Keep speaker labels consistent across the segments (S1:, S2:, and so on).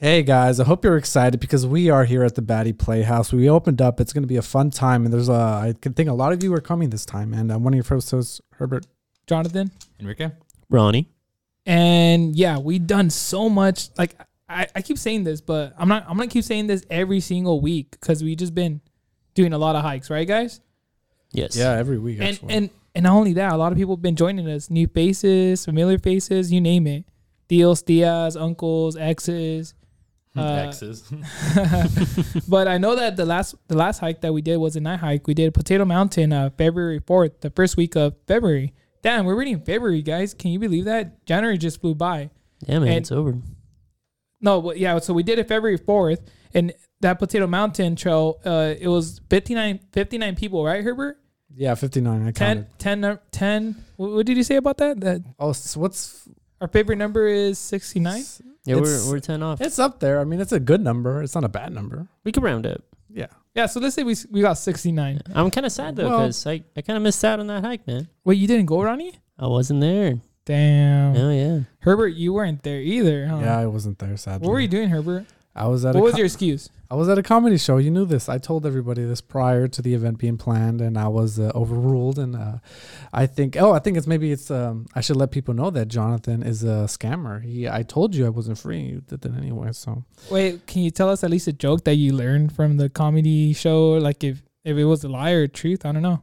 S1: Hey guys, I hope you're excited because we are here at the Batty Playhouse. We opened up. It's going to be a fun time, and there's a. I can think a lot of you are coming this time, and I'm one of your first hosts, Herbert.
S2: Jonathan.
S3: Enrique?
S4: Ronnie.
S2: And yeah, we've done so much. Like I, I keep saying this, but I'm not I'm gonna keep saying this every single week because we just been doing a lot of hikes, right guys?
S4: Yes.
S1: Yeah, every week.
S2: And
S1: actually.
S2: and and not only that, a lot of people have been joining us. New faces, familiar faces, you name it. Deals, tias, uncles, exes. Uh,
S3: X's.
S2: but I know that the last the last hike that we did was a night hike. We did Potato Mountain uh, February fourth, the first week of February. Damn, we're already in February, guys. Can you believe that? January just flew by.
S4: Yeah, man,
S2: And-
S4: it's over.
S2: No, but yeah. So we did it February fourth, and that Potato Mountain trail. Uh, it was 59, 59 people, right, Herbert?
S1: yeah, 59. I counted.
S2: 10, 10, num- 10 What, what did you say about that? That
S1: Oh, so what's
S2: our favorite number is sixty nine.
S4: Yeah,
S1: It's-
S4: we're, we're 10 off.
S1: It's up there. I mean, it's a good number. It's not a bad number.
S4: We could round up.
S1: Yeah.
S2: Yeah. So let's say we s- we got sixty nine.
S4: I'm kind of sad, though,
S1: Well-
S4: because I, I kind of missed out on that hike, man.
S2: Wait, you didn't go, Ronnie?
S4: I wasn't there.
S1: Hmm.
S2: Damn.
S4: Oh, yeah.
S2: Herbert, you weren't there either, huh?
S1: Yeah, I wasn't there sadly.
S2: What Oh. were you doing, Herbert?
S1: I was at
S2: What
S1: a
S2: was
S1: co-
S2: your excuse?
S1: I was at a comedy show. You knew this. I told everybody this prior to the event being planned, and I was uh, overruled. And uh, I think, oh, I think it's maybe it's. Um, I should let people know that Jonathan is a scammer. He, I told you I wasn't free. You did it anyway. So
S2: Wait, can you tell us at least a joke that you learned from the comedy show? Like if if it was a lie or truth, I don't know.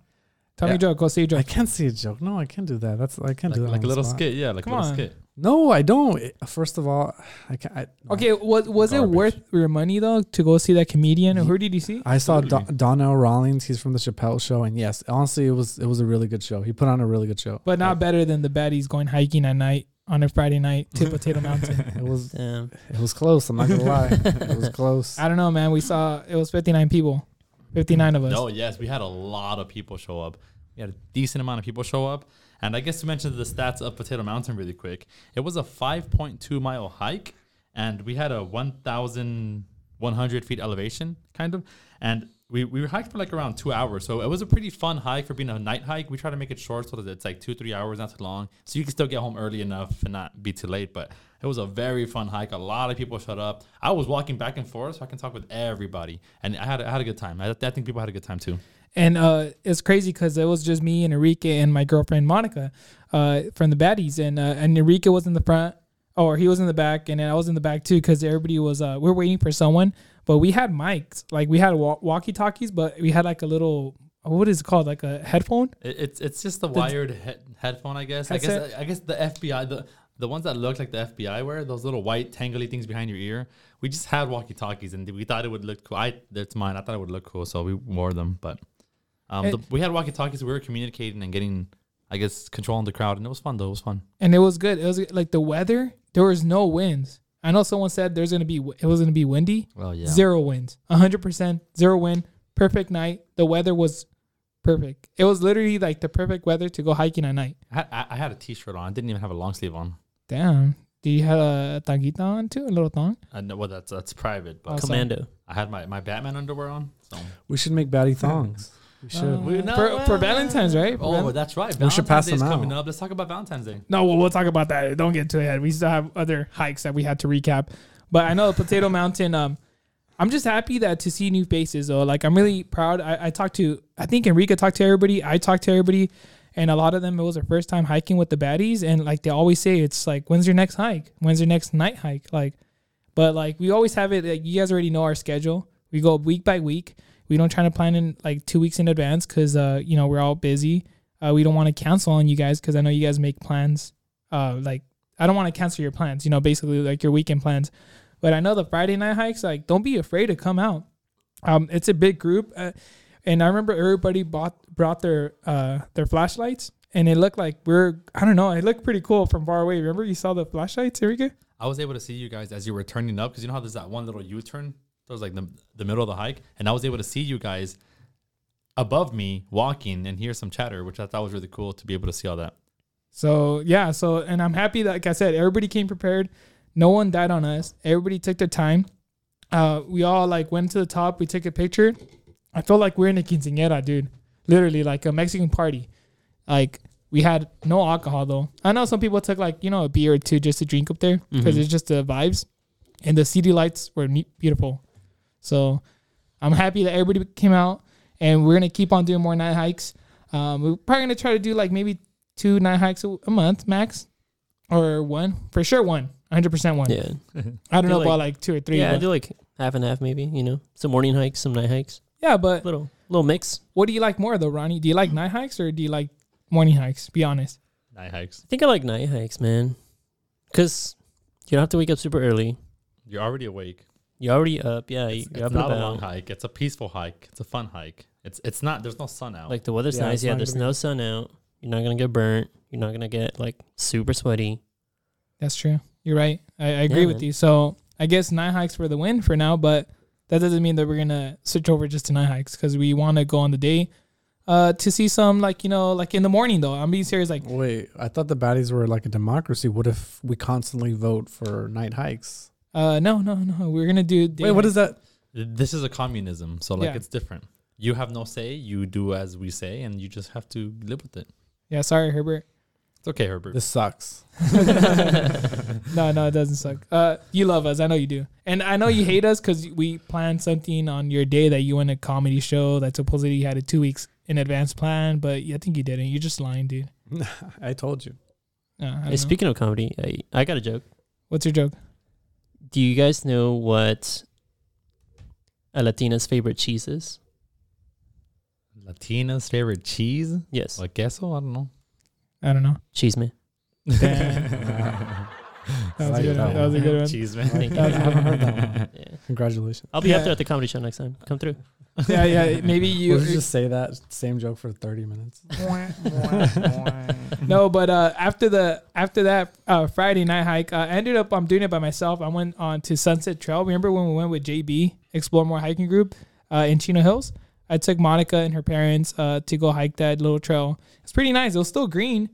S2: Tell me
S1: Yeah.
S2: a joke. Go say a
S1: I
S2: joke.
S1: can't see a joke. No, I can't do that. That's I can't
S3: Like,
S1: do that. on
S3: like a
S1: the
S3: little
S1: spot.
S3: skit. Yeah, like
S2: Come
S3: a little
S2: on.
S3: skit.
S1: No, I don't. It- First of all, I can't. I,
S2: Okay, was was it
S3: Garbage.
S2: worth your money though to go see that comedian? Who did you see?
S1: I saw Do-
S3: Absolutely.
S1: Donnell Rawlings. He's from the Chappelle Show, and yes, honestly, it was it was a really good show. He put on a really good show.
S2: But not better than the baddies going hiking at night on a Friday night to Potato Mountain.
S1: It was
S4: Damn.
S1: it was close. I'm not gonna lie. It was close.
S2: I don't know, man. We saw it was fifty nine people, fifty nine of us.
S3: Oh yes, we had a lot of people show up. We had a decent amount of people show up, and I guess to mention the stats of Potato Mountain really quick, it was a 5.2 mile hike, and we had a 1,100 feet elevation, kind of, and we we hiked for like around two hours, so it was a pretty fun hike for being a night hike. We try to make it short so that it's like two three hours, not too long, so you can still get home early enough and not be too late, but. It was a very fun hike. A lot of people showed up. I was walking back and forth so I can talk with everybody. And I had, I had a good time. I, I think people had a good time too.
S2: And uh, it's crazy because it was just me and Enrique and my girlfriend Monica uh, from the baddies, and uh, and Enrique was in the front, or he was in the back, and then I was in the back too because everybody was uh, we are waiting for someone, but we had mics, like we had wa- walkie talkies, but we had like a little what is it called, like a headphone.
S3: It, it's it's just the wired he- headphone, I guess. I guess
S2: Headset?
S3: I, guess the FBI the the ones that look like the FBI wear those little white tangly things behind your ear. We just had walkie talkies and we thought it would look cool. I that's mine. I thought it would look cool, so we wore them. But um,
S2: Eh.
S3: the, we had walkie talkies. We were communicating and getting, I guess, controlling the crowd, and it was fun though. It was fun.
S2: and it was good. It was like the weather. There was no winds. I know someone said there's gonna be it was gonna be windy.
S3: Well, yeah.
S2: Zero winds. hundred percent zero wind. Perfect night. The weather was perfect. It was literally like the perfect weather to go hiking at night.
S3: I had, I, I had a t-shirt on. I didn't even have a long sleeve on.
S2: Damn. Do you have a tanguita on too? A little thong?
S3: I know well that's that's private, but
S2: Oh, sorry.
S4: Commando.
S3: I had my, my Batman underwear on. So
S1: We should make baddie thongs. We should.
S2: Uh, for, for Valentine's, right? For
S3: Oh,
S2: Val-
S3: that's right.
S1: We
S3: Valentine's
S1: should
S3: should
S1: pass
S3: pass Day is
S1: them out.
S3: coming up. Let's talk about Valentine's Day.
S2: no, well, we'll talk about that. Don't get too ahead. We still have other hikes that we had to recap. But I know Potato Mountain. Um, I'm just happy that to see new faces. Though, like I'm really proud. I, I talked to. I think Enrica talked to everybody. I talked to everybody, and a lot of them. It was their first time hiking with the baddies, and like they always say, it's like, when's your next hike? When's your next night hike? Like, but like we always have it. Like, you guys already know our schedule. We go week by week. We don't try to plan in like two weeks in advance because uh, you know we're all busy. Uh, we don't want to cancel on you guys because I know you guys make plans. Uh, like I don't want to cancel your plans. You know, basically like your weekend plans. But I know the Friday night hikes. Like, don't be afraid to come out. Um, it's a big group, uh, and I remember everybody bought brought their uh their flashlights, and it looked like we're I don't know. It looked pretty cool from far away. Remember you saw the flashlights, Enrique?
S3: I was able to see you guys as you were turning up because you know how there's that one little U-turn. That was like the, the middle of the hike, and I was able to see you guys above me walking and hear some chatter, which I thought was really cool to be able to see all that.
S2: So yeah, so and I'm happy that like I said, everybody came prepared. No one died on us. Everybody took their time. Uh, we all like went to the top. We took a picture. I felt like we're in a quinceañera, dude. Literally like a Mexican party. Like we had no alcohol though. I know some people took like you know a beer or two just to drink up there because it's just the vibes. and the city lights were neat, beautiful. So I'm happy that everybody came out, and we're gonna keep on doing more night hikes. Um, we're probably gonna try to do like maybe two night hikes a, a month max, or one for sure, one, 100 percent one.
S4: Yeah.
S2: I don't
S4: Do
S2: know
S4: like-
S2: about like two or three.
S4: yeah,
S2: Yeah,
S4: I do like half and half maybe, you know. Some morning hikes, some night hikes.
S2: yeah, but
S4: Little little mix.
S2: what do you like more though, Ronnie? Do you like night hikes or do you like morning hikes? Be honest.
S3: Night hikes.
S4: I think I like night hikes, man. Cause you don't have to wake up super early.
S3: You're already awake.
S4: You're already up, yeah.
S3: It's,
S4: you're
S3: it's
S4: up and
S3: not a long
S4: about.
S3: hike. It's a peaceful hike. It's a fun hike. It's it's not. There's no sun out.
S4: Like the weather's
S1: Yeah,
S4: nice,
S1: it's
S4: yeah.
S1: not
S4: There's
S1: gonna
S4: no sun out. You're not gonna get burnt. You're not gonna get like super sweaty.
S2: That's true. You're right. I, I agree
S4: Yeah,
S2: with
S4: man.
S2: you. So I guess night hikes were the win for now, but that doesn't mean that we're gonna switch over just to night hikes because we want to go on the day uh, to see some like you know like in the morning though. I'm being serious. Like
S1: Wait, I thought the baddies were like a democracy. What if we constantly vote for night hikes?
S2: uh, no no no, we're gonna do. Day
S1: Wait, what is that?
S3: Th- this is a communism, so like
S2: Yeah.
S3: it's different. You have no say. You do as we say, and you just have to live with it.
S2: Yeah, sorry Herbert.
S3: It's okay, Herbert.
S1: This sucks.
S2: No no, it doesn't suck. Uh, you love us. I know you do, and I know you hate us because we planned something on your day that you went a comedy show that supposedly you had a two weeks in advance plan, but I think you didn't. You're just lying, dude.
S1: I told you.
S2: Uh, I
S4: Hey,
S2: don't know.
S4: speaking of comedy, I, I got a joke.
S2: What's your joke?
S4: Do you guys know what a Latina's favorite cheese is?
S3: Latina's favorite cheese,
S4: Yes.
S3: like queso. I don't know.
S2: I don't know.
S4: cheese man.
S2: Damn. That was,
S1: Like
S2: a good
S1: that
S2: one. that was a good one.
S3: Cheese
S4: Thank
S3: man.
S4: you.
S1: I haven't heard that one.
S4: Yeah.
S1: Congratulations.
S4: I'll be
S2: Uh-huh. Yeah.
S4: up there at the comedy show next time. Come through.
S2: yeah, yeah. Maybe
S1: You
S2: you.
S1: we'll just say that same joke for 30 minutes.
S2: no, but uh, after the after that uh, Friday night hike, uh, I ended up I'm doing it by myself. I went on to Sunset Trail. Remember when we went with JB Explore More Hiking Group uh, in Chino Hills? I took Monica and her parents uh, to go hike that little trail. It's pretty nice. It was still green.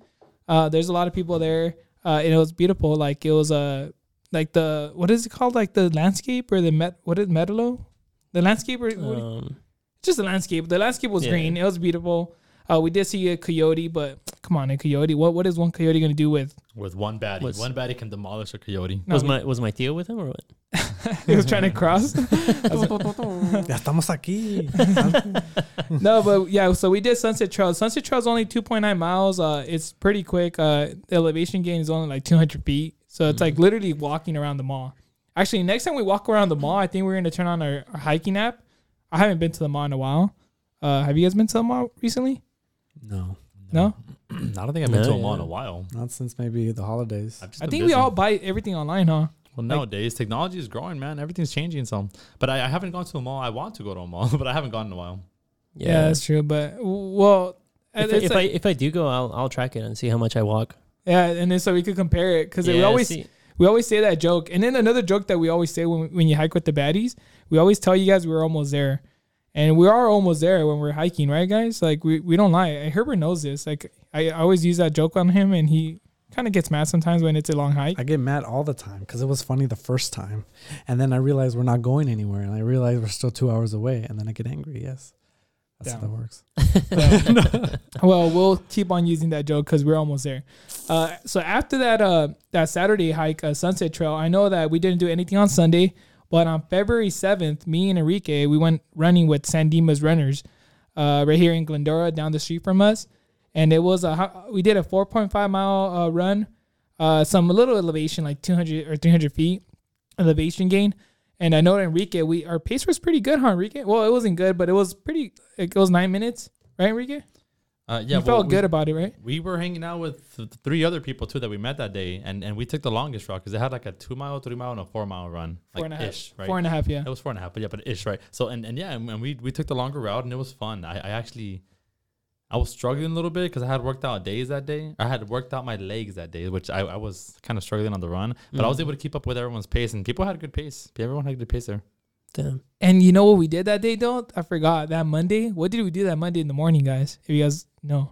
S2: Uh, there's a lot of people there, uh, and it was beautiful. Like it was uh, like the what is it called? Like the landscape or the met what is Medalo? The landscape or what-
S4: Um,
S2: just the landscape. The landscape was
S4: Yeah.
S2: green. It was beautiful. Uh, we did see a coyote, but come on, a coyote. What what is one coyote gonna do with?
S3: With one baddie,
S4: What's-
S3: one baddie can demolish a coyote.
S2: No,
S4: was
S2: we-
S4: my was my deal with him or what?
S2: he was trying to cross.
S1: Ya estamos aquí.
S2: no, but yeah. So we did Sunset Trail. Sunset Trail is only two point nine miles. Uh, it's pretty quick. Uh, the elevation gain is only like two hundred feet. So it's like literally walking around the mall. Actually, next time we walk around the mall, I think we're gonna turn on our, our hiking app. I haven't been to the mall in a while. Uh, have you guys been to the mall recently?
S1: No,
S2: No.
S3: I don't think I've been
S4: No,
S3: to a mall in
S4: yeah.
S3: a while.
S1: not since maybe the holidays.
S3: I've just
S2: I
S3: been
S2: think we
S3: busy.
S2: all buy everything online, huh?
S3: Well, nowadays technology is growing, man. Everything's changing. So, but I, I haven't gone to a mall. I want to go to a mall, but I haven't gone in a while.
S2: Yeah, that's true. But w- well,
S4: If, I-
S2: it's
S4: if
S2: like-
S4: I if I do go, I'll I'll track it and see how much I walk.
S2: yeah, and then so we could compare it because we
S4: Yeah,
S2: always
S4: see-
S2: we always say that joke. And then another joke that we always say when when you hike with the baddies, we always tell you guys we're almost there, and we are almost there when we're hiking, right, guys? Like we we don't lie. And Herbert knows this. Like I I always use that joke on him, and he kind of gets mad sometimes when it's a long hike.
S1: I get mad all the time because it was funny the first time. And then I realize we're not going anywhere. And I realize we're still two hours away. And then I get angry. Yes. That's how
S2: Damn.
S1: that works.
S2: well, we'll keep on using that joke because we're almost there. Uh, so after that uh, that Saturday hike, uh, Sunset Trail, I know that we didn't do anything on Sunday, but on February seventh, me and Enrique we went running with Sandima's Runners, uh, right here in Glendora, down the street from us, and it was a ho- we did a four point five mile uh, run, uh, some little elevation like two hundred or three hundred feet elevation gain. And I know Enrique, we our pace was pretty good, huh, Enrique? Well, it wasn't good, but it was pretty. It was nine minutes, right, Enrique?
S3: Uh, yeah,
S2: you felt
S3: well, we-
S2: good about it, right?
S3: We were hanging out with th- three other people too that we met that day, and, and we took the longest route because they had like a two mile, three mile, and a four mile run,
S2: Four
S3: like
S2: and a half.
S3: ish, right?
S2: Four and a half, yeah.
S3: It was four and a half, but yeah, but ish, right? So and, and yeah, and, and we we took the longer route, and it was fun. I, I actually, I was struggling a little bit because I had worked out days that day. I had worked out my legs that day, which I, I was kind of struggling on the run, but I was able to keep up with everyone's pace, and people had a good pace. Everyone had a good pace there.
S4: Damn.
S2: And you know what we did that day, though? I forgot that Monday. What did we do that Monday in the morning, guys? If you guys know,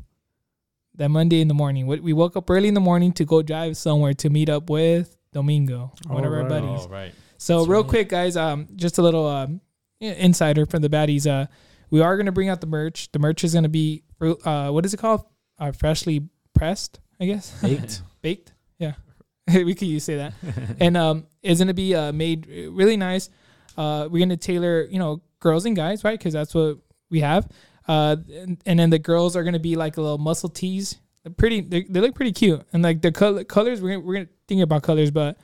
S2: that Monday in the morning, what we woke up early in the morning to go drive somewhere to meet up with Domingo, one of
S1: Oh,
S2: our
S1: right.
S2: buddies.
S3: Oh right,
S2: So
S4: That's
S2: real
S4: right.
S2: quick, guys, um, just a little um, i- insider from the baddies. Uh, we are gonna bring out the merch. The merch is gonna be uh, what is it called? Uh, freshly pressed, I guess.
S1: Eight.
S2: Baked. Yeah. we could use say that. and um, it's gonna be uh, made really nice. Uh, we're gonna tailor, you know, girls and guys, right? Because that's what we have. Uh, and, and then the girls are gonna be like little muscle tees. They're pretty, they, they look pretty cute. And like the color, colors, we're gonna, we're gonna think about colors, but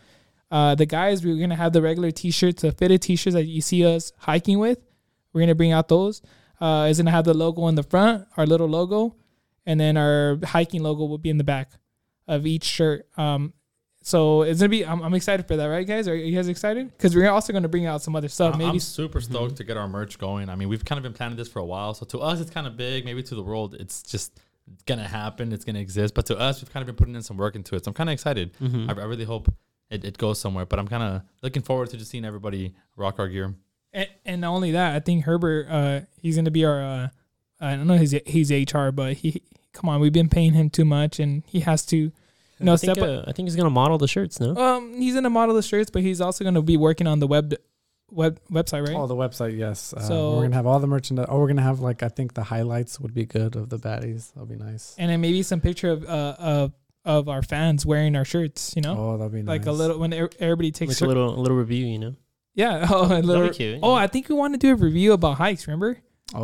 S2: uh, the guys, we're gonna have the regular t-shirts, the fitted t-shirts that you see us hiking with. We're gonna bring out those. Uh, it's gonna have the logo in the front, our little logo, and then our hiking logo will be in the back of each shirt. Um, so it's gonna be. I'm, I'm excited for that, right, guys? Are you guys excited? Because we're also gonna bring out some other stuff.
S3: I-
S2: Maybe
S3: I'm super stoked to get our merch going. I mean, we've kind of been planning this for a while. So to us, it's kind of big. Maybe to the world, it's just gonna happen. It's gonna exist. But to us, we've kind of been putting in some work into it. So I'm kind of excited.
S2: Mm-hmm.
S3: I, I really hope it, it goes somewhere. But I'm kind of looking forward to just seeing everybody rock our gear.
S2: and, and not only that, I think Herbert, uh, he's gonna be our. Uh, I don't know his he's HR, but he come on, we've been paying him too much, and he has to, you know,
S4: I
S2: step
S4: think,
S2: up.
S4: uh, I think he's gonna model the shirts. No,
S2: Um, he's gonna model the shirts, but he's also gonna be working on the web, web website, right?
S1: Oh, the website, yes. Uh,
S2: So-
S1: we're gonna have all the merchandise. Oh, we're gonna have like I think the highlights would be good of the baddies. That'll be nice.
S2: and then maybe some picture of uh of of our fans wearing our shirts, you know,
S1: Oh, that'll be
S2: like
S1: nice.
S2: a little when e- everybody
S4: like
S2: takes
S4: a little a little review, you know.
S2: yeah, oh, a
S4: That'd
S2: little.
S4: be cute.
S2: Oh,
S4: yeah.
S2: I think we want to do a review about hikes. Remember,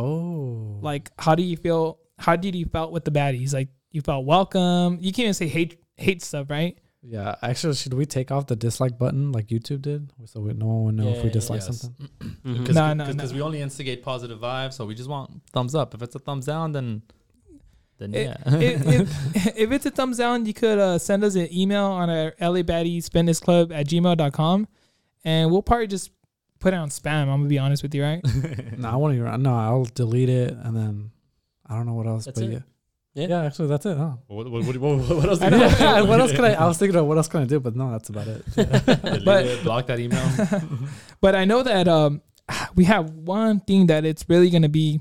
S1: Oh,
S2: like how do you feel? How did you felt with the baddies? Like you felt welcome. You can't even say hate hate stuff, right?
S1: yeah. Actually, should we take off the dislike button like YouTube did, so we, no one would know if we
S4: Yeah,
S1: dislike
S3: yes.
S1: something?
S2: Mm-hmm.
S4: Mhm.
S3: Because
S2: No, no, no.
S3: we only instigate positive vibes. So we just want thumbs up. If it's a thumbs down, then then
S2: It-
S3: yeah.
S2: if, if, if it's a thumbs down, you could uh, send us an email on our LA Baddies Fitness Club at gmail.com and we'll probably just put it on spam. I'm gonna be honest with you, right? Mm-hmm.
S1: No, I want to. No, I'll delete it and then I don't know what else.
S4: That's
S1: but
S4: it?
S1: Yeah.
S4: Yeah.
S1: yeah, actually, that's it. Huh?
S3: what, what, what, what, what else?
S2: I know.
S1: Yeah, what else could I? I was thinking of what else can I do, but no, that's about it.
S2: But-
S3: but, block that email.
S2: but I know that um, we have one thing that it's really gonna be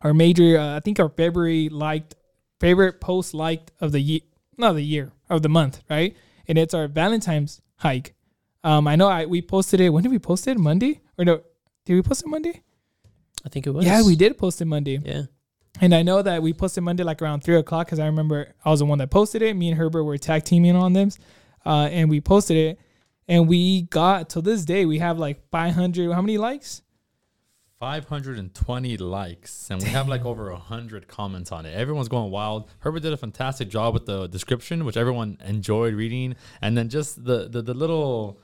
S2: our major. Uh, I think our February liked favorite post liked of the year, not the year of the month, right? And it's our Valentine's hike. Um, I know I we posted it. When did we post it? Monday or no? Did we post it Monday?
S4: I think it was.
S2: Yeah, we did post it Monday.
S4: Yeah.
S2: And I know that we posted Monday like around three o'clock because I remember I was the one that posted it. Me and Herbert were tag teaming on them, uh, and we posted it. And we got to this day we have like 500. How many likes?
S3: 520 likes and we have like over 100 comments on it. Everyone's going wild. Herbert did a fantastic job with the description, which everyone enjoyed reading. And then just the, the, the little,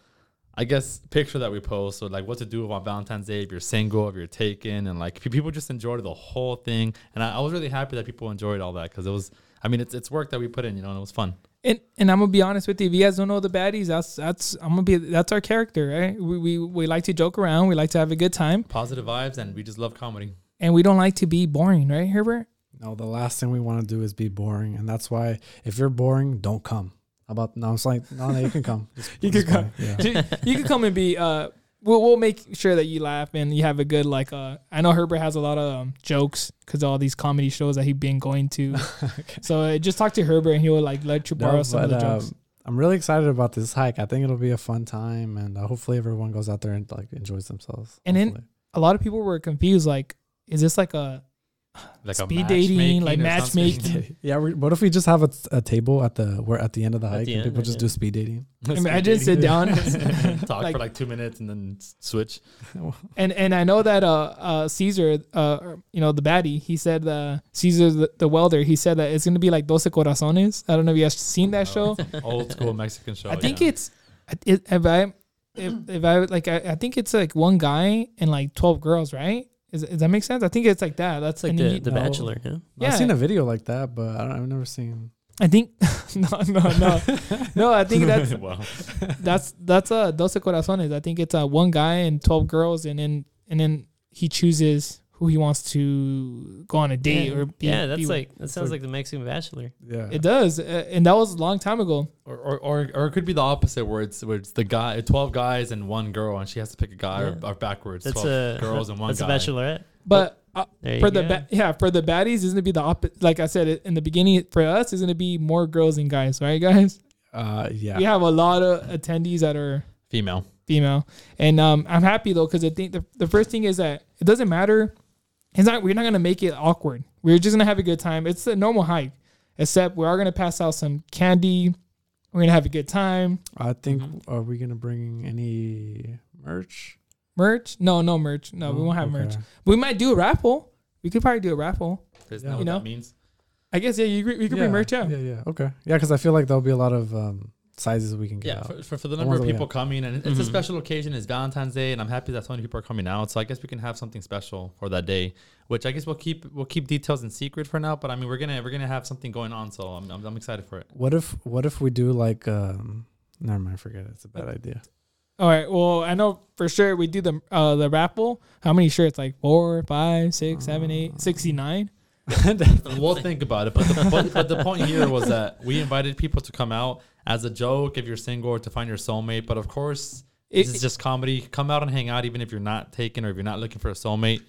S3: I guess, picture that we post. So, like, what to do on Valentine's Day if you're single, if you're taken. And like, pe- people just enjoyed the whole thing. And I, I was really happy that people enjoyed all that because it was, I mean, it's, it's work that we put in, you know, and it was fun.
S2: And and I'm gonna be honest with you. If you guys don't know the baddies, that's that's I'm gonna be that's our character, right? We we, we like to joke around. We like to have a good time,
S3: Positive vibes, and we just love comedy.
S2: and we don't like to be boring, right, Herbert?
S1: No, the last thing we want to do is be boring, and that's why if you're boring, don't come. How about no? It's like no, no, you can come. Just-
S2: You can
S1: just come. Yeah.
S2: you you can come and be uh we'll, we'll make sure that you laugh and you have a good like uh i know herbert has a lot of um, jokes because all these comedy shows that he's been going to so uh, just talk to herbert and he will like let you borrow
S1: No,
S2: some of the
S1: but,
S2: jokes
S1: um, I'm really excited about this hike. I think it'll be a fun time, and uh, hopefully everyone goes out there and like enjoys themselves.
S2: And then-
S1: hopefully.
S2: a lot of people were confused like is this like a
S3: Like
S2: Speed dating, like
S3: matchmaking or something.
S2: matchmaking.
S1: yeah, we, what if we just have a, a table at the we're at the end of the
S4: At
S1: hike
S4: the
S1: and
S4: end,
S1: people just
S4: yeah.
S1: do speed dating?
S2: I mean, I didn't sit down
S3: talk
S2: Like-
S3: for like two minutes and then s- switch.
S2: and and i know that uh uh caesar uh you know the baddie he said uh caesar the, the welder he said that it's gonna be like 12 corazones i don't know if you guys seen that show
S3: Oh, Old school Mexican
S4: Oh,
S3: show.
S2: I think
S3: yeah.
S2: it's I- it, if I if, if I like I, I think it's like one guy and like twelve girls, right? Is, does that make sense? I think it's like that. That's
S4: It's like
S2: and
S4: the,
S2: you-
S4: the
S1: no.
S4: Bachelor. Yeah.
S1: I've
S2: Yeah.
S1: seen a video like that, but I don't, I've never seen.
S2: I think no no no no. I think that's
S3: Wow.
S2: that's that's uh doce corazones. I think it's uh one guy and twelve girls, and then and then he chooses who he wants to go on a date
S4: yeah.
S2: or be,
S4: yeah, that's
S2: be with.
S4: like that sounds like the Mexican Bachelor.
S1: Yeah,
S2: it does, uh, and that was a long time ago.
S3: Or, or, or, or it could be the opposite where it's, where it's the guy, 12 guys and one girl, and she has to pick a guy or,
S4: Yeah.
S3: or backwards.
S4: That's
S3: 12
S4: a
S3: girls and one
S4: That's
S3: guy.
S4: a Bachelorette.
S2: But uh,
S4: There you
S2: for the
S4: go.
S2: ba- yeah for the baddies, isn't it be the opposite? Like I said it- in the beginning, for us, it's gonna be more girls than guys, right, guys?
S1: uh, yeah.
S2: we have a lot of attendees that are
S3: Female.
S2: female, and um, I'm happy though because I think the, the first thing is that it doesn't matter. It's not we're not gonna make it awkward. We're just gonna have a good time. It's a normal hike, except we are gonna pass out some candy, We're gonna have a good time.
S1: I think
S2: Mm-hmm.
S3: Mhm.
S1: are we gonna bring any merch?
S2: Merch? No, no merch. No, we
S1: Oh,
S2: won't have merch.
S1: okay.
S2: We might do a raffle. We could probably do a raffle.
S3: Is
S1: Yeah.
S3: that what
S2: You know?
S3: that means?
S2: I guess yeah. You agree- we could
S1: yeah,
S2: bring merch out.
S1: Yeah, yeah, okay, yeah, because I feel like there'll be a lot of um, sizes we can get
S3: Yeah,
S1: out.
S3: for, for, for the
S1: The
S3: number
S1: ones that
S3: of
S1: we
S3: people coming, and it's a
S4: Mhm.
S2: Mm-hmm.
S3: special occasion. It's Valentine's Day, and I'm happy that so many people are coming out. So I guess we can have something special for that day, which I guess we'll keep we'll keep details in secret for now. But I mean, we're gonna we're gonna have something going on, so I'm, I'm, I'm excited for it.
S1: What if what if we do like um never mind, forget it. It's a bad idea.
S2: All right. Well, I know for sure we do the uh, the raffle. How many shirts? Like four, five, six, seven, eight, sixty-nine.
S3: We'll think about it, but the, but, but the point here was that we invited people to come out as a joke if you're single or to find your soulmate. But of course,
S2: It-
S3: this is just comedy. Come out and hang out, even if you're not taken or if you're not looking for a soulmate.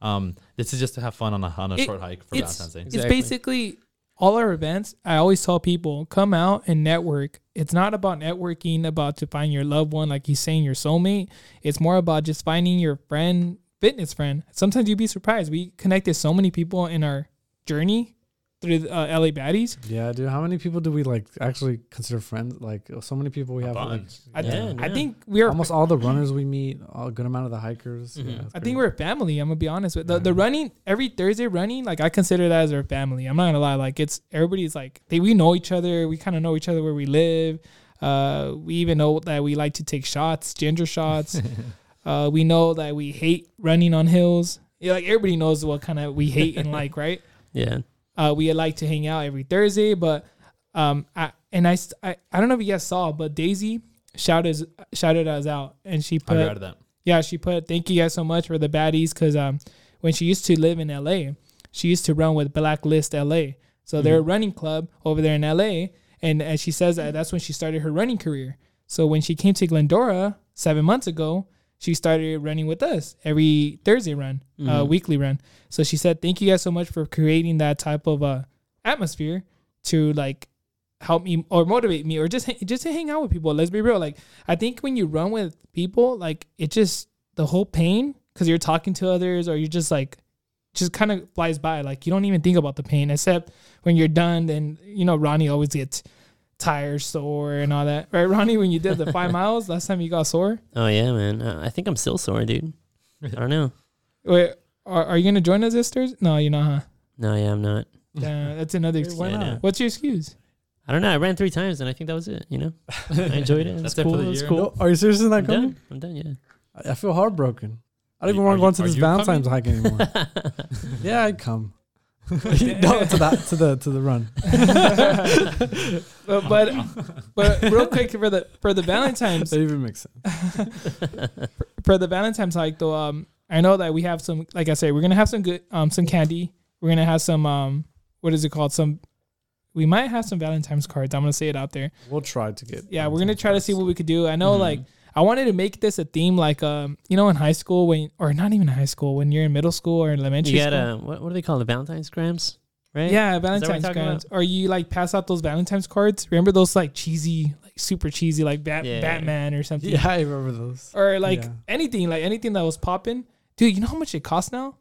S3: Um, this is just to have fun on a on a
S2: It-
S3: short hike for
S2: it's,
S3: Valentine's Day.
S2: It's
S4: Exactly.
S2: basically all our events. I always tell people come out and network. It's not about networking, about to find your loved one, like he's saying, your soulmate. It's more about just finding your friend, fitness friend. Sometimes you'd be surprised. We connected so many people in our journey through the, uh, LA Baddies.
S1: Yeah, dude. How many people do we like actually consider friends? Like oh, so many people we
S3: A
S1: have. Like,
S3: bunch.
S2: I, th-
S4: Yeah,
S2: I
S4: yeah.
S2: think we are.
S1: almost all the runners we meet, a good amount of the hikers. Yeah,
S4: Mhm.
S1: it's
S2: Mm-hmm. I
S1: pretty-
S2: think we're a family. I'm gonna be honest with the, the running every Thursday running. Like I consider that as our family. I'm not gonna lie. Like it's everybody's like they we know each other. We kind of know each other where we live. Uh, we even know that we like to take shots, ginger shots. uh, we know that we hate running on hills. Yeah, like everybody knows what kind of we hate and like, right?
S4: Yeah.
S2: Uh, we like to hang out every Thursday, but um, I and I, s- I I don't know if you guys saw, but Daisy shouted shouted us out, and she
S3: I'll
S2: put
S3: be out of that.
S2: yeah, she put, thank you guys so much for the baddies. Cause um, when she used to live in LA, she used to run with Blacklist LA. So they're a running club over there in LA. And as she says, that that's when she started her running career. So when she came to Glendora seven months ago, she started running with us every Thursday run, uh, weekly run. So she said, thank you guys so much for creating that type of uh, atmosphere to like help me or motivate me or just hang- just to hang out with people. Let's be real. Like I think when you run with people, like it just the whole pain because you're talking to others or you're just like just kind of flies by. Like you don't even think about the pain except when you're done. Then you know Ronnie always gets tired, sore, and all that. Right, Ronnie? When you did the five miles last time, you got sore.
S4: Oh yeah, man. Uh, I think I'm still sore, dude. I don't know.
S2: Wait, are, are you gonna join us this Thursday? No, you're not. Huh?
S4: No, yeah, I'm not.
S2: Damn, that's another
S1: Hey,
S2: excuse.
S1: why
S4: Yeah, I know.
S1: not?
S2: What's your excuse?
S4: I don't know. I ran three times, and I think that was it. You know, I enjoyed it. It's
S3: That's it for
S4: cool.
S3: the
S4: It's
S3: year.
S4: cool.
S1: No, are you seriously
S4: I'm
S1: not coming?
S4: done. I'm done. Yeah.
S1: I I feel heartbroken. I
S3: Are
S1: don't even
S3: you-
S1: want to go into
S3: are you- are
S1: this
S3: you
S1: Valentine's
S3: coming?
S1: hike anymore. yeah, I'd come. no, to that to the to the run.
S2: But but, but real quick for the for the Valentine's.
S1: That even makes sense.
S2: for the Valentine's hike though, um, I know that we have some. Like I said, we're gonna have some good, um, some candy. We're gonna have some, um, what is it called? Some, we might have some Valentine's cards. I'm gonna say it out there.
S1: We'll try to get.
S2: Yeah, we're gonna try to see what we could do. I know,
S4: Mhm.
S2: like, I wanted to make this a theme, like, um, you know, in high school when, or not even high school, when you're in middle school or elementary
S4: You got
S2: school.
S4: uh, what, what do they call it? Valentine's grams, right?
S2: Yeah,
S4: what we're
S2: Valentine's
S4: talking
S2: cards. Or you like pass out those Valentine's cards. Remember those like cheesy, like super cheesy, like Bat-
S4: Yeah.
S2: Batman or something.
S1: Yeah, I remember those.
S2: or like
S1: Yeah.
S2: anything, like anything that was popping. Dude, you know how much it costs now?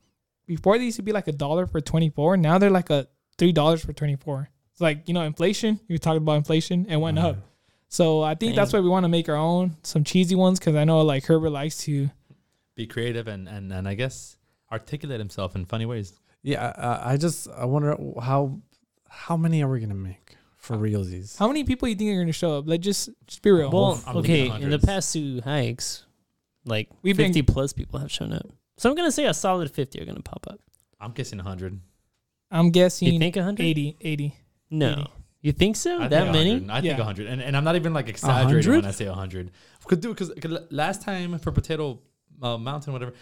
S2: Before they used to be like a dollar for twenty four. Now they're like a three dollars for twenty four. It's like you know inflation. You're talking about inflation and went up. So I think that's why we want to make our own some cheesy ones because I know like Herbert likes to.
S3: Be creative and, and and I guess articulate himself in funny ways.
S1: Yeah, I, I just I wonder how how many are we gonna make for realsies?
S2: How many people you think are going to show up? Like just just be real.
S4: Well,
S3: I'm
S4: okay.
S3: thinking
S4: In the
S3: hundreds.
S4: past two hikes, like
S2: We've been-
S4: fifty plus people have shown up. So I'm gonna say a solid fifty are gonna pop up.
S3: I'm guessing 100.
S2: I'm
S4: You
S2: guessing
S4: think hundred?
S2: 80, 80.
S4: No.
S2: 80.
S4: You think so?
S3: I
S4: that
S3: think
S4: many?
S3: 100. I think
S2: Yeah.
S3: 100. And, and I'm not even like exaggerating
S1: 100?
S3: when I say 100. Cause, dude, because last time for Potato uh, Mountain, whatever,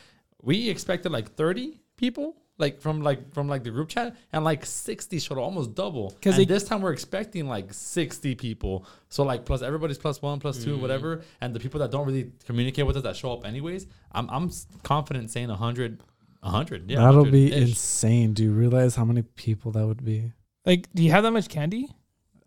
S3: we expected like 30 people. Like from like from like the group chat and like sixty showed up, almost double.
S2: 'Cause
S3: Because
S2: they-
S3: this time we're expecting like sixty people, so like plus everybody's plus one, plus
S4: Mm.
S3: two, whatever. And the people that don't really communicate with us that show up anyways, I'm I'm s- confident saying hundred, hundred. Yeah,
S1: That'll be
S3: 100-ish.
S1: insane. Do you realize how many people that would be?
S2: Like, do you have that much candy?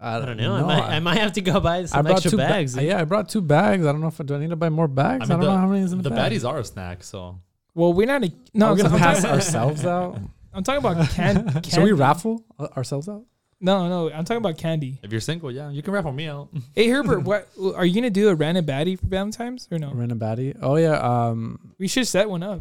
S4: I
S1: Uh,
S4: don't know. I, might, I might have to go buy some
S1: brought
S4: extra
S1: two ba-
S4: bags. dude.
S1: yeah, I brought two bags. I don't know if I do. I need to buy more bags. I,
S3: mean,
S1: don't know how many is in the,
S3: the
S1: bag.
S3: baddies are a snack, so
S2: Well, we're not. A,
S1: No,
S2: no,
S1: we're
S2: I'm,
S1: gonna
S2: I'm
S1: pass
S2: talking,
S1: ourselves out.
S2: I'm talking about can, candy.
S1: Should we raffle uh, ourselves out?
S2: No, no, I'm talking about candy.
S3: If you're single, yeah, you can raffle me out.
S2: Hey Herbert, what are you gonna do a random baddie for Valentine's or no?
S1: Renabati. Oh yeah. Um.
S2: We should set one up.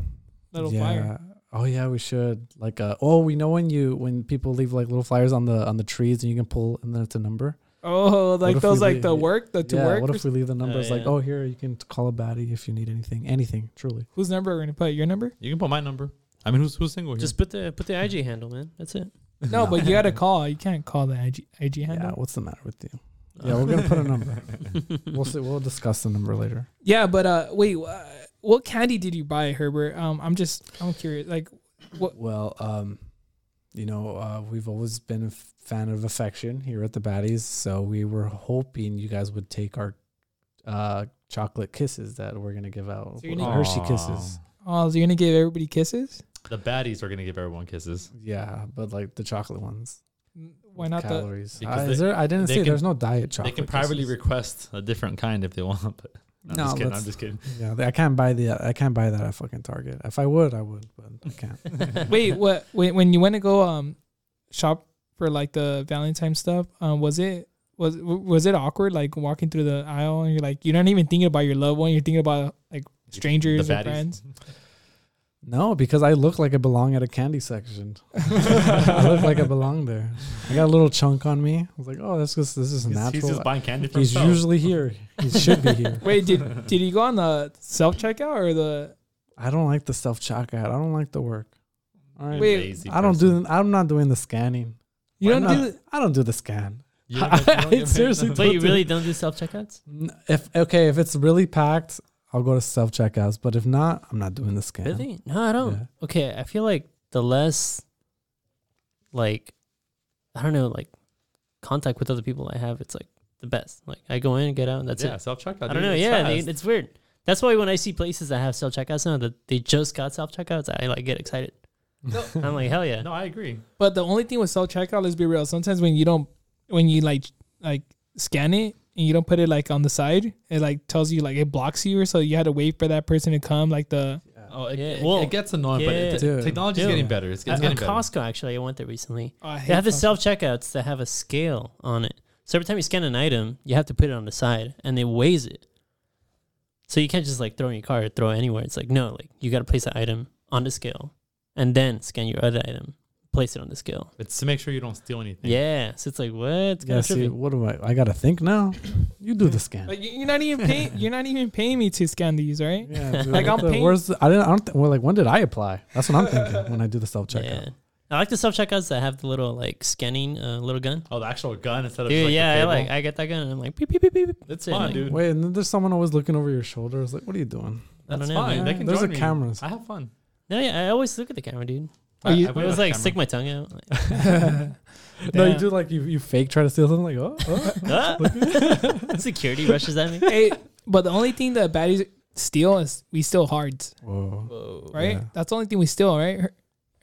S2: Little
S1: yeah.
S2: flyer.
S1: Oh yeah, we should like. Uh, oh, we know when you when people leave like little flyers on the on the trees and you can pull and then it's a number.
S2: Oh, like
S1: if we
S2: those like the
S1: leave-
S2: work, the to
S1: yeah.
S2: work.
S1: what
S2: or
S1: if we leave the numbers like?
S4: yeah.
S1: Oh, here you can t- call a baddie if you need anything. Anything truly.
S2: Whose number are we gonna put? Your number?
S3: You can put my number. I mean, who's who's single here?
S4: Just put the put the IG handle, man. That's it.
S2: No, but you gotta call. You can't call the IG, IG
S1: Yeah.
S2: handle.
S1: What's the matter with you? Yeah, we're gonna put a number. we'll see. We'll discuss the number later.
S2: Yeah, but uh, wait, uh, what candy did you buy, Herbert? Um, I'm just, I'm curious. Like,
S1: Well, um, you know, uh, we've always been a f- fan of affection here at the Baddies, so we were hoping you guys would take our uh, chocolate kisses that we're gonna give out.
S2: So you're
S1: the
S2: gonna-
S1: Hershey
S3: Aw.
S1: kisses.
S2: oh, so you're gonna give everybody kisses?
S3: The baddies are gonna give everyone kisses.
S1: Yeah, but like the chocolate ones.
S2: N- Why
S1: with
S2: not the?
S1: calories?
S3: Because
S1: Uh,
S3: they-
S1: is there? I didn't
S3: they
S1: see.
S3: can-
S1: there's no diet chocolate.
S3: they can privately
S1: kisses.
S3: request a different kind if they want. But I'm
S1: No,
S3: just kidding. I'm
S1: let's-
S3: just kidding.
S1: yeah, they- I can't buy the. I can't buy that at fucking Target. If I would, I would, but I can't.
S2: Wait, what? Wait, when you went to go um shop for like the Valentine stuff, um, was it was w- was it awkward like walking through the aisle and you're like you're not even thinking about your loved one, you're thinking about like strangers
S3: the
S2: or friends.
S1: No, because I look like I belong at a candy section. I look like I belong there. I got a little chunk on me. I was like, oh, that's just this is
S3: He's,
S1: natural.
S3: he's just buying candy for
S1: He's
S3: himself.
S1: usually here. He should be here.
S2: Wait, did did you go on the self checkout or the?
S1: I don't like the self chalk out. I don't like the work. All right.
S2: Wait,
S3: Lazy
S1: I don't
S3: person.
S1: do. I'm not doing the scanning.
S2: You
S1: I'm
S2: don't do
S1: not- I don't do the scan.
S3: You don't get- you don't
S1: I
S3: get paid?
S1: seriously
S4: Wait, you really don't do self checkouts?
S1: N- If okay, if it's really packed, I'll go to self checkouts. But if not, I'm not doing the scan.
S4: Really? No, I don't.
S1: Yeah.
S4: Okay, I feel like the less, like, I don't know, like, contact with other people I have, it's like the best. Like, I go in, get out, and that's
S3: yeah,
S4: it.
S3: self checkout.
S4: I don't know. Yeah, they, it's weird. That's why when I see places that have self checkouts now that they just got self checkouts, I like get excited. I'm like, hell yeah.
S3: no, I agree.
S2: But the only thing with self checkout, let's be real. Sometimes when you don't, when you like like scan it and you don't put it like on the side, it like tells you like it blocks you, or so you had to wait for that person to come. Like the
S3: Oh, it,
S4: Yeah,
S3: it-
S4: well,
S3: it gets annoying, but
S4: yeah.
S3: it,
S1: Dude.
S3: technology's
S4: Dude.
S3: getting better. It's, it's
S4: At,
S3: getting
S4: at
S3: better.
S4: Costco, actually, I went there recently.
S2: oh, I
S4: They have the
S2: Costco.
S4: self checkouts that have a scale on it. So every time you scan an item, you have to put it on the side and it weighs it. So you can't just like throw in your car or throw it anywhere. It's like, no, like you got to place the item on the scale and then scan your other item, place it on the scale.
S3: It's to make sure you don't steal anything.
S4: Yeah. So it's like, what? It's
S1: Yeah.
S4: kinda
S1: See,
S4: trippy.
S1: what do I? I gotta think now. You do the scan.
S2: Like you- you're not even paying. You're not even paying me to scan these, right?
S1: Yeah, dude,
S2: Like,
S1: what
S2: I'm
S1: the-
S2: paying-
S1: Where's the, I didn't. I don't. Th- well, like when did I apply? That's what I'm thinking when I do the self checkout.
S4: Yeah. I like the self checkouts that have the little like scanning uh, little gun.
S3: Oh, the actual gun instead of
S4: Dude,
S3: like
S4: yeah,
S3: the
S4: I
S3: cable.
S4: like I get that gun and I'm like beep beep beep beep.
S3: It's
S4: it,
S3: fun,
S4: like,
S3: dude.
S1: Wait, and then there's someone always looking over your shoulder. It's like, what are you doing?
S4: I don't
S3: That's
S4: know.
S3: fine.
S4: man.
S3: They can
S1: Those
S3: join
S1: are
S3: me.
S1: cameras.
S3: I have fun.
S4: No, yeah, I always look at the camera, dude.
S2: Oh, you-
S3: I,
S4: I
S3: I went
S4: was
S3: with a
S4: like stick
S3: camera.
S4: my tongue out. like,
S1: No, you
S4: Damn.
S1: do like you, you fake try to steal something. Like, oh, oh.
S4: ah! Security rushes at me.
S2: hey, but the only thing that baddies steal is we steal hearts,
S1: Whoa.
S4: Whoa.
S2: right?
S1: Yeah.
S2: That's the only thing we steal, right? Her-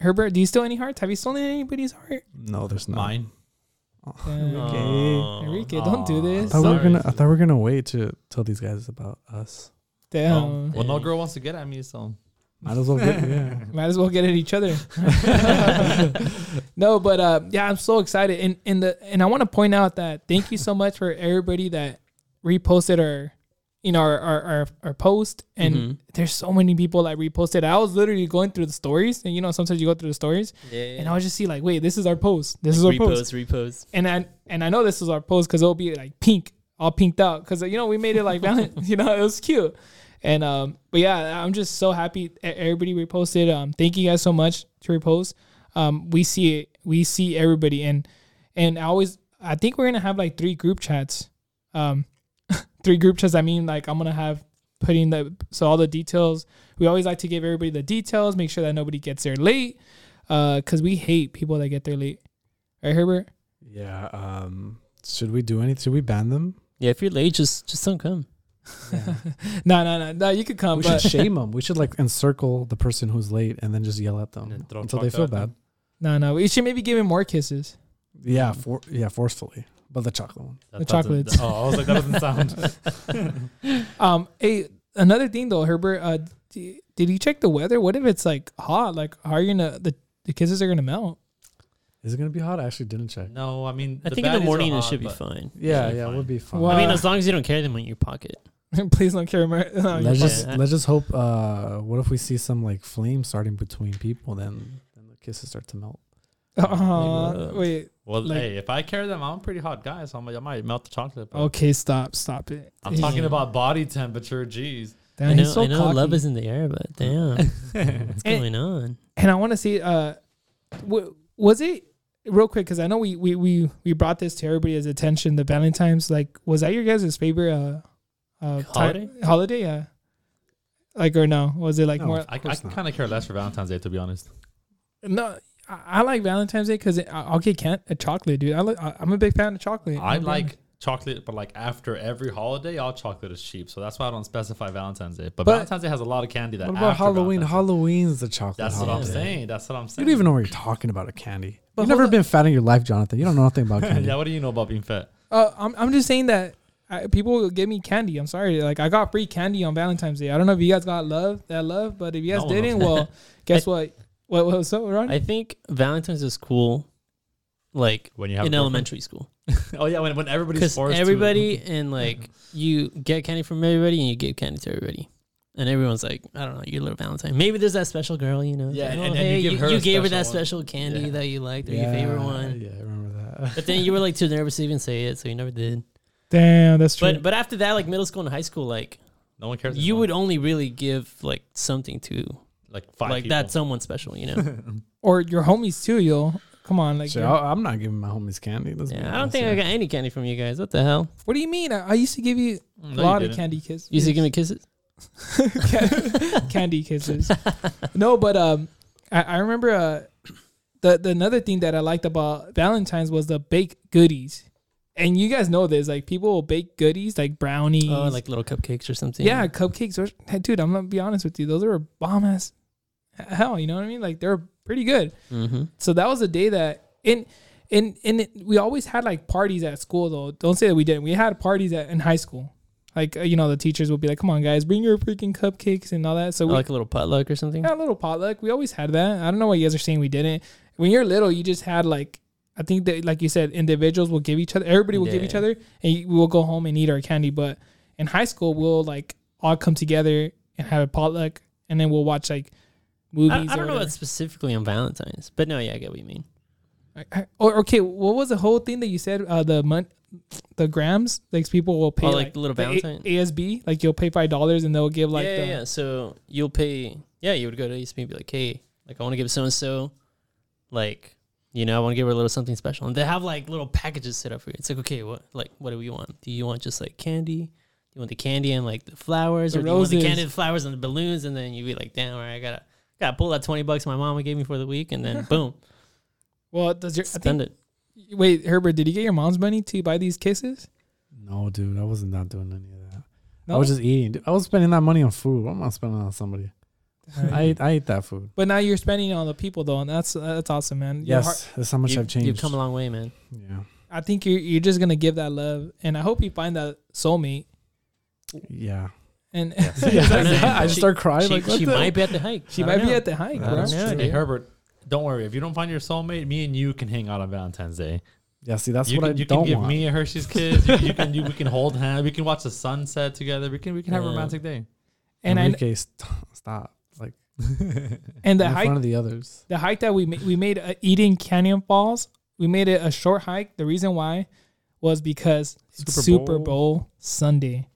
S2: Herbert, do you steal any hearts? Have you stolen anybody's heart?
S1: No, there's not.
S3: mine.
S2: Damn.
S1: Okay.
S2: Enrique, don't do
S3: Aw.
S1: I
S2: this.
S1: thought, we were
S3: Sorry.
S1: gonna, I thought we were gonna wait to tell these guys about us.
S3: Oh,
S2: Damn.
S3: well, no girl wants to get at me, so
S1: Might as well get yeah.
S2: Might as well get at each other. no, but uh, yeah, I'm so excited, and and the and I want to point out that thank you so much for everybody that reposted our, you know, our our our, our post, and
S3: Mm-hmm.
S4: Mhm.
S2: there's so many people that reposted. I was literally going through the stories, and you know, sometimes you go through the stories, and I was just see like, wait, this is our post, this is our post,
S4: repost, repost.
S2: and I and I know this was our post because it'll be like pink, all pinked out because you know we made it like Valentine's, you know it was cute, and um, but yeah, I'm just so happy e- everybody reposted. Um, thank you guys so much to repost. Um, we see it, we see everybody, and and I always I think we're gonna have like three group chats, um, three group chats. I mean, like I'm gonna have putting the so all the details. We always like to give everybody the details, make sure that nobody gets there late, uh, because we hate people that get there late. Right, Herbert?
S1: Yeah. Um. Should we do anything? Should we ban them?
S4: Yeah, if you're late, just just don't come.
S2: No, no, no, no. You could come,
S1: We
S2: Uh, but
S1: should shame them. We should like encircle the person who's late and then just yell at them
S3: And then throw
S1: until they
S3: chocolate
S1: feel
S3: at
S1: bad.
S3: them.
S2: no, no. You should maybe give him more kisses.
S1: Yeah. For yeah, forcefully. But the chocolate one.
S3: that
S2: The
S3: doesn't-
S2: chocolates.
S3: Oh, I was like, that doesn't sound.
S2: Um, hey, another thing though, Herbert. Uh, d- did you check the weather? What if it's like hot? Like, how are you gonna the the kisses are gonna melt?
S1: Is it gonna be hot? I actually didn't check.
S3: No, I mean,
S4: I think in the
S3: baddies are
S4: morning it
S3: hot,
S4: should be
S3: but-
S4: fine.
S1: Yeah,
S3: It'll be
S1: yeah,
S3: fine.
S1: we'll be fine.
S2: Well,
S4: I mean,
S2: Uh,
S4: as long as you don't carry them in your pocket.
S2: Please don't carry my. Oh,
S1: let's
S4: yeah.
S1: just let's just hope. Uh, what if we see some like flame starting between people? Then then the kisses start to melt.
S2: Aw,
S4: Uh,
S2: wait.
S3: Well,
S2: Like-
S3: hey, if I carry them, I'm a pretty hot guy, so I'm like, I might melt the chocolate. But
S2: Okay, stop, stop it.
S3: I'm
S2: He's-
S3: talking about body temperature. Jeez.
S2: Damn,
S4: I know,
S2: he's so
S4: I know love
S2: cocky.
S4: is in the air, but damn, what's
S2: And-
S4: going on?
S2: and I want to see. Uh, w- was it real quick? Because I know we, we we we brought this to everybody's attention. The Valentine's, like, was that your guys' favorite uh, uh ti-
S4: Holiday?
S2: holiday, yeah. Like or no? Was it like
S1: No.
S2: more?
S3: I, I
S1: course
S3: can
S1: not.
S3: kind of care less for Valentine's Day, to be honest.
S2: No, I, I like Valentine's Day because I'll get can- a chocolate, dude. I li- I, I'm a big fan of chocolate.
S3: I
S2: I'm a-
S3: like chocolate, but like after every holiday, all chocolate is cheap. So that's why I don't specify Valentine's Day. But,
S2: But-
S3: Valentine's Day has a lot of candy that
S1: What about
S3: after
S1: Halloween?
S3: Valentine's-
S1: Halloween's the chocolate.
S3: That's what
S1: holiday.
S3: I'm
S4: Yeah.
S3: saying. That's what I'm
S1: You
S3: saying.
S1: don't even know what you're talking about. A candy.
S2: But
S1: You've never
S2: hold on.
S1: been fat in your life, Jonathan. You don't know nothing about candy.
S3: yeah, what do you know about being fat?
S2: Uh, I'm I'm just saying that I, people will give me candy. I'm sorry, like I got free candy on Valentine's Day. I don't know if you guys got love that love, but if you guys
S3: No one
S2: didn't, well, guess what? What what was so wrong?
S4: I think Valentine's is cool, like
S3: When you have a
S4: in
S3: girlfriend?
S4: elementary school,
S3: Oh yeah, when, when everybody's
S4: because
S3: forced to-
S4: everybody and like you get candy from everybody and you give candy to everybody. And everyone's like, I don't know, you're a little Valentine. Maybe there's that special girl, you know?
S3: Yeah,
S4: like,
S3: and-
S4: oh,
S3: and
S4: hey,
S3: you give her a
S4: gave her
S3: special
S4: that
S3: one.
S4: special candy
S3: Yeah.
S4: that you liked or your favorite one.
S1: Yeah, I remember that.
S4: But then you were like too nervous to even say it, so you never did.
S2: Damn, that's true.
S4: But but after that, like middle school and high school, like
S3: No one cares.
S4: you
S3: anymore.
S4: would only really give like something to
S3: like five.
S4: like
S3: people.
S4: that someone special, you know.
S2: or your homies too, yo. Come on, like,
S1: Shit,
S2: you're-
S1: I- I'm not giving my homies candy. Let's be
S4: yeah, I don't
S1: honest
S4: think
S1: here.
S4: I got any candy from you guys. What the hell?
S2: what do you mean? I, I used to give you
S3: No,
S2: a
S3: you
S2: lot of
S3: didn't.
S2: candy kisses.
S4: You used to give me kisses.
S2: Can- candy kisses. no, but um, I, I remember uh, the, the another thing that I liked about Valentine's was the baked goodies, and you guys know this. Like people will bake goodies like brownies,
S4: Oh, like little cupcakes or something.
S2: yeah, cupcakes. Or, hey, dude, I'm gonna be honest with you. Those are bomb ass hell. You know what I mean? Like they're pretty good.
S4: Mm-hmm.
S2: So that was a day that in in in it- we always had like parties at school though. Don't say that we didn't. We had parties at, in high school. Like uh, you know, the teachers would be like, "Come on, guys, bring your freaking cupcakes and all that." So we
S4: like a little potluck or something.
S2: had a little potluck. We always had that. I don't know why you guys are saying we didn't. When you're little, you just had like I think that like you said, individuals will give each other. Everybody will give
S4: Yeah.
S2: each other, and you- we will go home and eat our candy. But in high school, we'll like all come together and have a potluck, and then we'll watch like movies.
S4: I, I
S2: or
S4: don't know
S2: whatever.
S4: about specifically on Valentine's, but no, yeah, I get what you mean.
S2: I- I- Or okay, what was the whole thing that you said? Uh, the mon- the grams, like people will pay
S4: Oh,
S2: like,
S4: like little
S2: the A-
S4: Valentine?
S2: ASB, like you'll pay five dollars and they'll give like
S4: yeah,
S2: the,
S4: yeah. So you'll pay. Yeah, you would go to ESP and be like, hey, like I want to give so and so, like you know, I want to give her a little something special, and they have like little packages set up for you. It's like, okay, what like what do we want? Do you want just like candy? You want the candy and like the flowers,
S2: The
S4: or do you want the
S2: roses.
S4: candy, the flowers, and the balloons, and then you be like, damn, all right, I gotta gotta pull that twenty bucks my mama gave me for the week, and then boom,
S2: Well, does your I
S4: spend
S2: think,
S4: it.
S2: wait Herbert? Did you get your mom's money to buy these kisses?
S1: No, dude, I wasn't not doing any of that.
S2: No,
S1: I was just eating. dude. I was spending that money on food. What am I spending on somebody?
S4: Uh,
S1: I ate, I ate that food.
S2: but now you're spending it on the people though, and that's that's awesome, man. Your heart-
S1: Yes, that's how much
S4: you,
S1: I've changed.
S4: You've come a long way, man.
S1: yeah,
S2: I think you're you're just gonna give that love, and I hope you find that soulmate.
S1: yeah.
S2: And
S4: Yeah.
S1: I just start crying.
S4: she
S1: like, what
S4: she
S1: the-
S4: might be at the hike.
S2: she
S4: I
S2: might
S4: don't
S2: be
S4: know.
S2: at the hike,
S1: I
S2: bro.
S1: don't know.
S3: Hey Herbert, don't worry. If you don't find your soulmate, me and you can hang out on Valentine's Day.
S1: Yeah, see, that's
S3: you
S1: what
S3: can,
S1: I
S3: you
S1: don't
S3: can give
S1: want.
S3: me a Hershey's kiss. you, you can you, we can hold hands. We can watch the sunset together. We can we can have a
S4: Yeah.
S3: romantic day.
S2: And I
S1: Enrique, st- stop. Like
S2: and the
S1: in
S2: hike
S1: front of the others.
S2: the hike that we ma- we made uh, eating Canyon Falls. We made it a short hike. The reason why was because it's
S3: Super
S2: Super Bowl,
S3: Bowl.
S2: Sunday.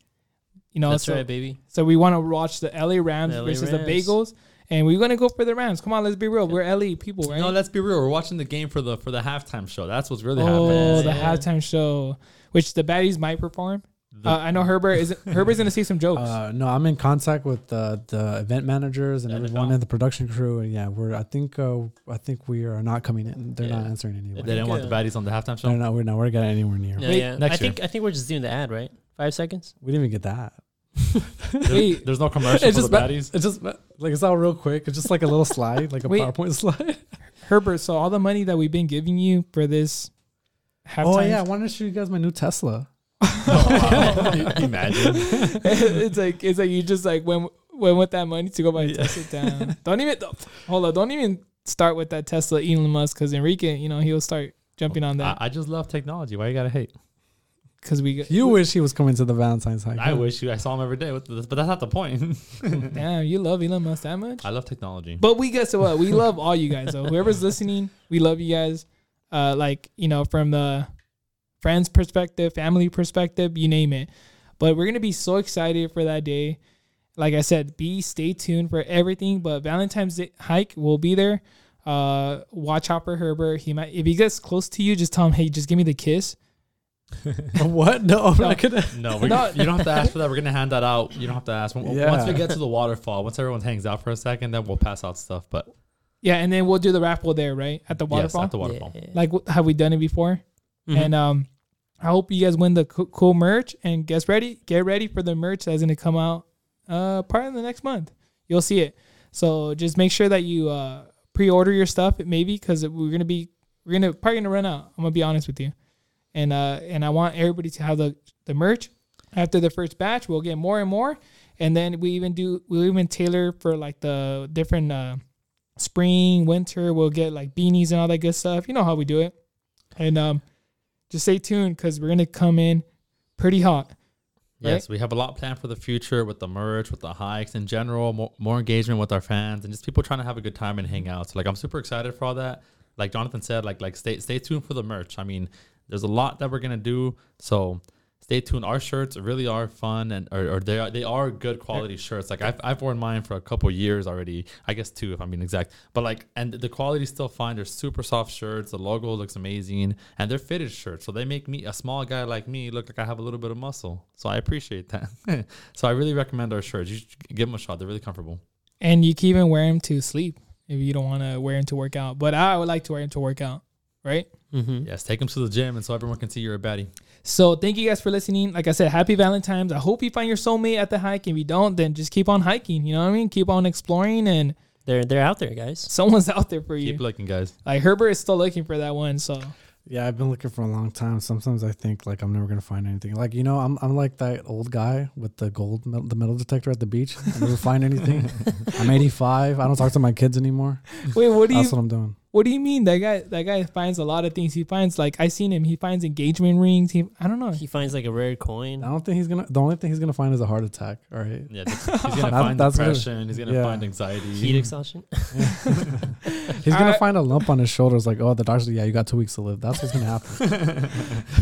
S2: You know,
S4: That's
S2: so,
S4: right, baby.
S2: so we want to watch the LA Rams
S4: LA
S2: versus the
S4: Rams.
S2: Bagels, and we're gonna go for the Rams. Come on, let's be real. We're LA people, right?
S3: No, let's be real. We're watching the game for the for the halftime show. That's what's really
S2: oh,
S3: happening.
S2: the
S4: Yeah.
S2: halftime show, which the baddies might perform.
S3: The-
S2: uh, I know Herbert is. Herbert's gonna see some jokes.
S1: Uh, no, I'm in contact with uh, the event managers and
S3: Yeah, they're
S1: everyone
S3: not.
S1: in the production crew, and yeah, we're. I think uh, I think we are not coming in. They're not
S4: Yeah.
S1: answering anyway.
S3: they didn't want the
S4: uh,
S3: baddies on the halftime
S1: No,
S3: show.
S1: no, we're not. We're getting anywhere near.
S4: No,
S3: Wait,
S4: yeah.
S3: next
S4: I think I think we're just doing the ad, right? Five seconds.
S1: We didn't even get that.
S3: There's,
S2: Wait.
S3: there's no commercial
S1: It's
S3: for the
S1: just ba-
S3: baddies.
S1: It's just like it's all real quick. It's just like a little slide, like a
S2: Wait.
S1: PowerPoint slide.
S2: Herbert, so all the money that we've been giving you for this halftime,
S1: Oh yeah, I wanted to show you guys my new Tesla.
S3: Imagine.
S2: it's like it's like you just like went went with that money to go buy a Tesla down. Don't even hold on. Don't even start with that Tesla Elon Musk because Enrique, you know, he'll start jumping on
S3: I,
S2: that
S3: I just love technology. Why you gotta hate?
S2: because we got-
S1: You wish he was coming to the Valentine's hike.
S3: I
S1: huh?
S3: wish you, I saw him every day, with this, but that's not the point.
S2: damn you love Elon Musk that much.
S3: I love technology.
S2: But we guess what? We love all you guys though. Whoever's listening, we love you guys. Uh, like you know, from the friends perspective, family perspective, you name it. But we're gonna be so excited for that day. Like I said, be stay tuned for everything. But Valentine's Day hike will be there. Uh, watch out for Herbert. He might if he gets close to you, just tell him, hey, just give me the kiss.
S1: what? No,
S3: Oh,
S1: I'm not gonna.
S3: No, we're,
S2: No.
S3: you don't have to ask for that. We're gonna hand that out. You don't have to ask. Once
S1: Yeah.
S3: we get to the waterfall, once everyone hangs out for a second, then we'll pass out stuff. But
S2: Yeah, and then we'll do the raffle there, right at the waterfall.
S3: yes, at the waterfall.
S2: like wh- have we done it before? And um, I hope you guys win the co- cool merch and get ready, get ready for the merch that's gonna come out uh part of the next month. You'll see it. So just make sure that you uh pre-order your stuff maybe because we're gonna be we're gonna probably gonna run out. I'm gonna be honest with you, and uh and I want everybody to have the the merch. After the first batch, we'll get more and more, and then we even do we'll even tailor for like the different uh spring, winter. We'll get like beanies and all that good stuff. You know how we do it. And um, just stay tuned because we're gonna come in pretty hot.
S3: Yes, we have a lot planned for the future with the merch, with the hikes in general, more, more engagement with our fans, and just people trying to have a good time and hang out. So like, I'm super excited for all that. Like Jonathan said, like like stay stay tuned for the merch. I mean, there's a lot that we're gonna do. So stay tuned. Our shirts really are fun and or, or they are they are good quality shirts. Like I've I've worn mine for a couple years already. I guess two if I'm being exact. But like and the quality's still fine. They're super soft shirts. The logo looks amazing. And they're fitted shirts. So they make me a small guy like me look like I have a little bit of muscle. So I appreciate that. so I really recommend our shirts. You should give them a shot. They're really comfortable.
S1: Mm-hmm.
S2: And you can even wear them to sleep if you don't want to wear them to work out. But I would like to wear them to work out, right?
S4: Mm-hmm.
S3: Yes, take them to the gym and so everyone can see you're a baddie.
S2: So thank you guys for listening. Like I said, happy Valentine's. I hope you find your soulmate at the hike. If you don't, then just keep on hiking. You know what I mean? Keep on exploring, and
S4: They're they're out there, guys.
S2: someone's out there for you.
S3: Keep looking, guys.
S2: like Herbert is still looking for that one. So
S1: Yeah, I've been looking for a long time. Sometimes I think like I'm never gonna find anything. Like you know, I'm I'm like that old guy with the gold metal, the metal detector at the beach. I never find anything. I'm 85. I don't talk to my kids anymore.
S2: wait, what do you
S1: That's what I'm doing.
S2: What do you mean? That guy that guy finds a lot of things. He finds like I seen him. He finds engagement rings. He I don't know.
S4: He finds like a rare coin.
S1: I don't think he's gonna. The only thing he's gonna find is a heart attack. All right.
S3: Yeah, that's- he's gonna
S1: That-
S3: find
S1: that's good.
S3: depression. He's gonna
S1: Yeah.
S3: find anxiety.
S4: Heat exhaustion.
S1: He's
S2: All
S1: gonna
S2: right.
S1: find a lump on his shoulders. Like, oh, the doctor. said, Yeah, you got two weeks to live. That's what's gonna happen.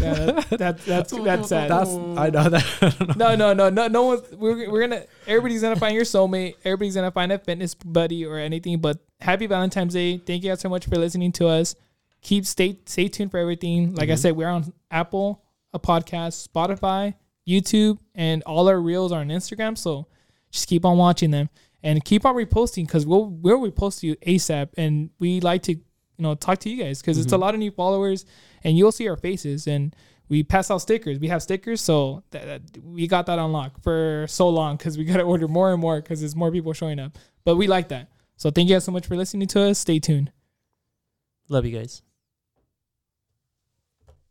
S2: Yeah, that, that, that's that's sad.
S1: That's I know that.
S2: no, no, no, no, no one's we're, we're gonna everybody's gonna find your soulmate, everybody's gonna find a fitness buddy or anything. But happy Valentine's Day. Thank you guys so much for listening to us. Keep stay stay tuned for everything. Like I said, we're on Apple, a podcast, Spotify, YouTube, and all our reels are on Instagram. So just keep on watching them and keep on reposting because we'll we'll repost you ASAP and we like to you know talk to you guys because it's a lot of new followers and you'll see our faces and we pass out stickers we have stickers so that, that- we got that on lock for so long because we got to order more and more because there's more people showing up but we like that so thank you guys so much for listening to us stay tuned
S4: Love you guys.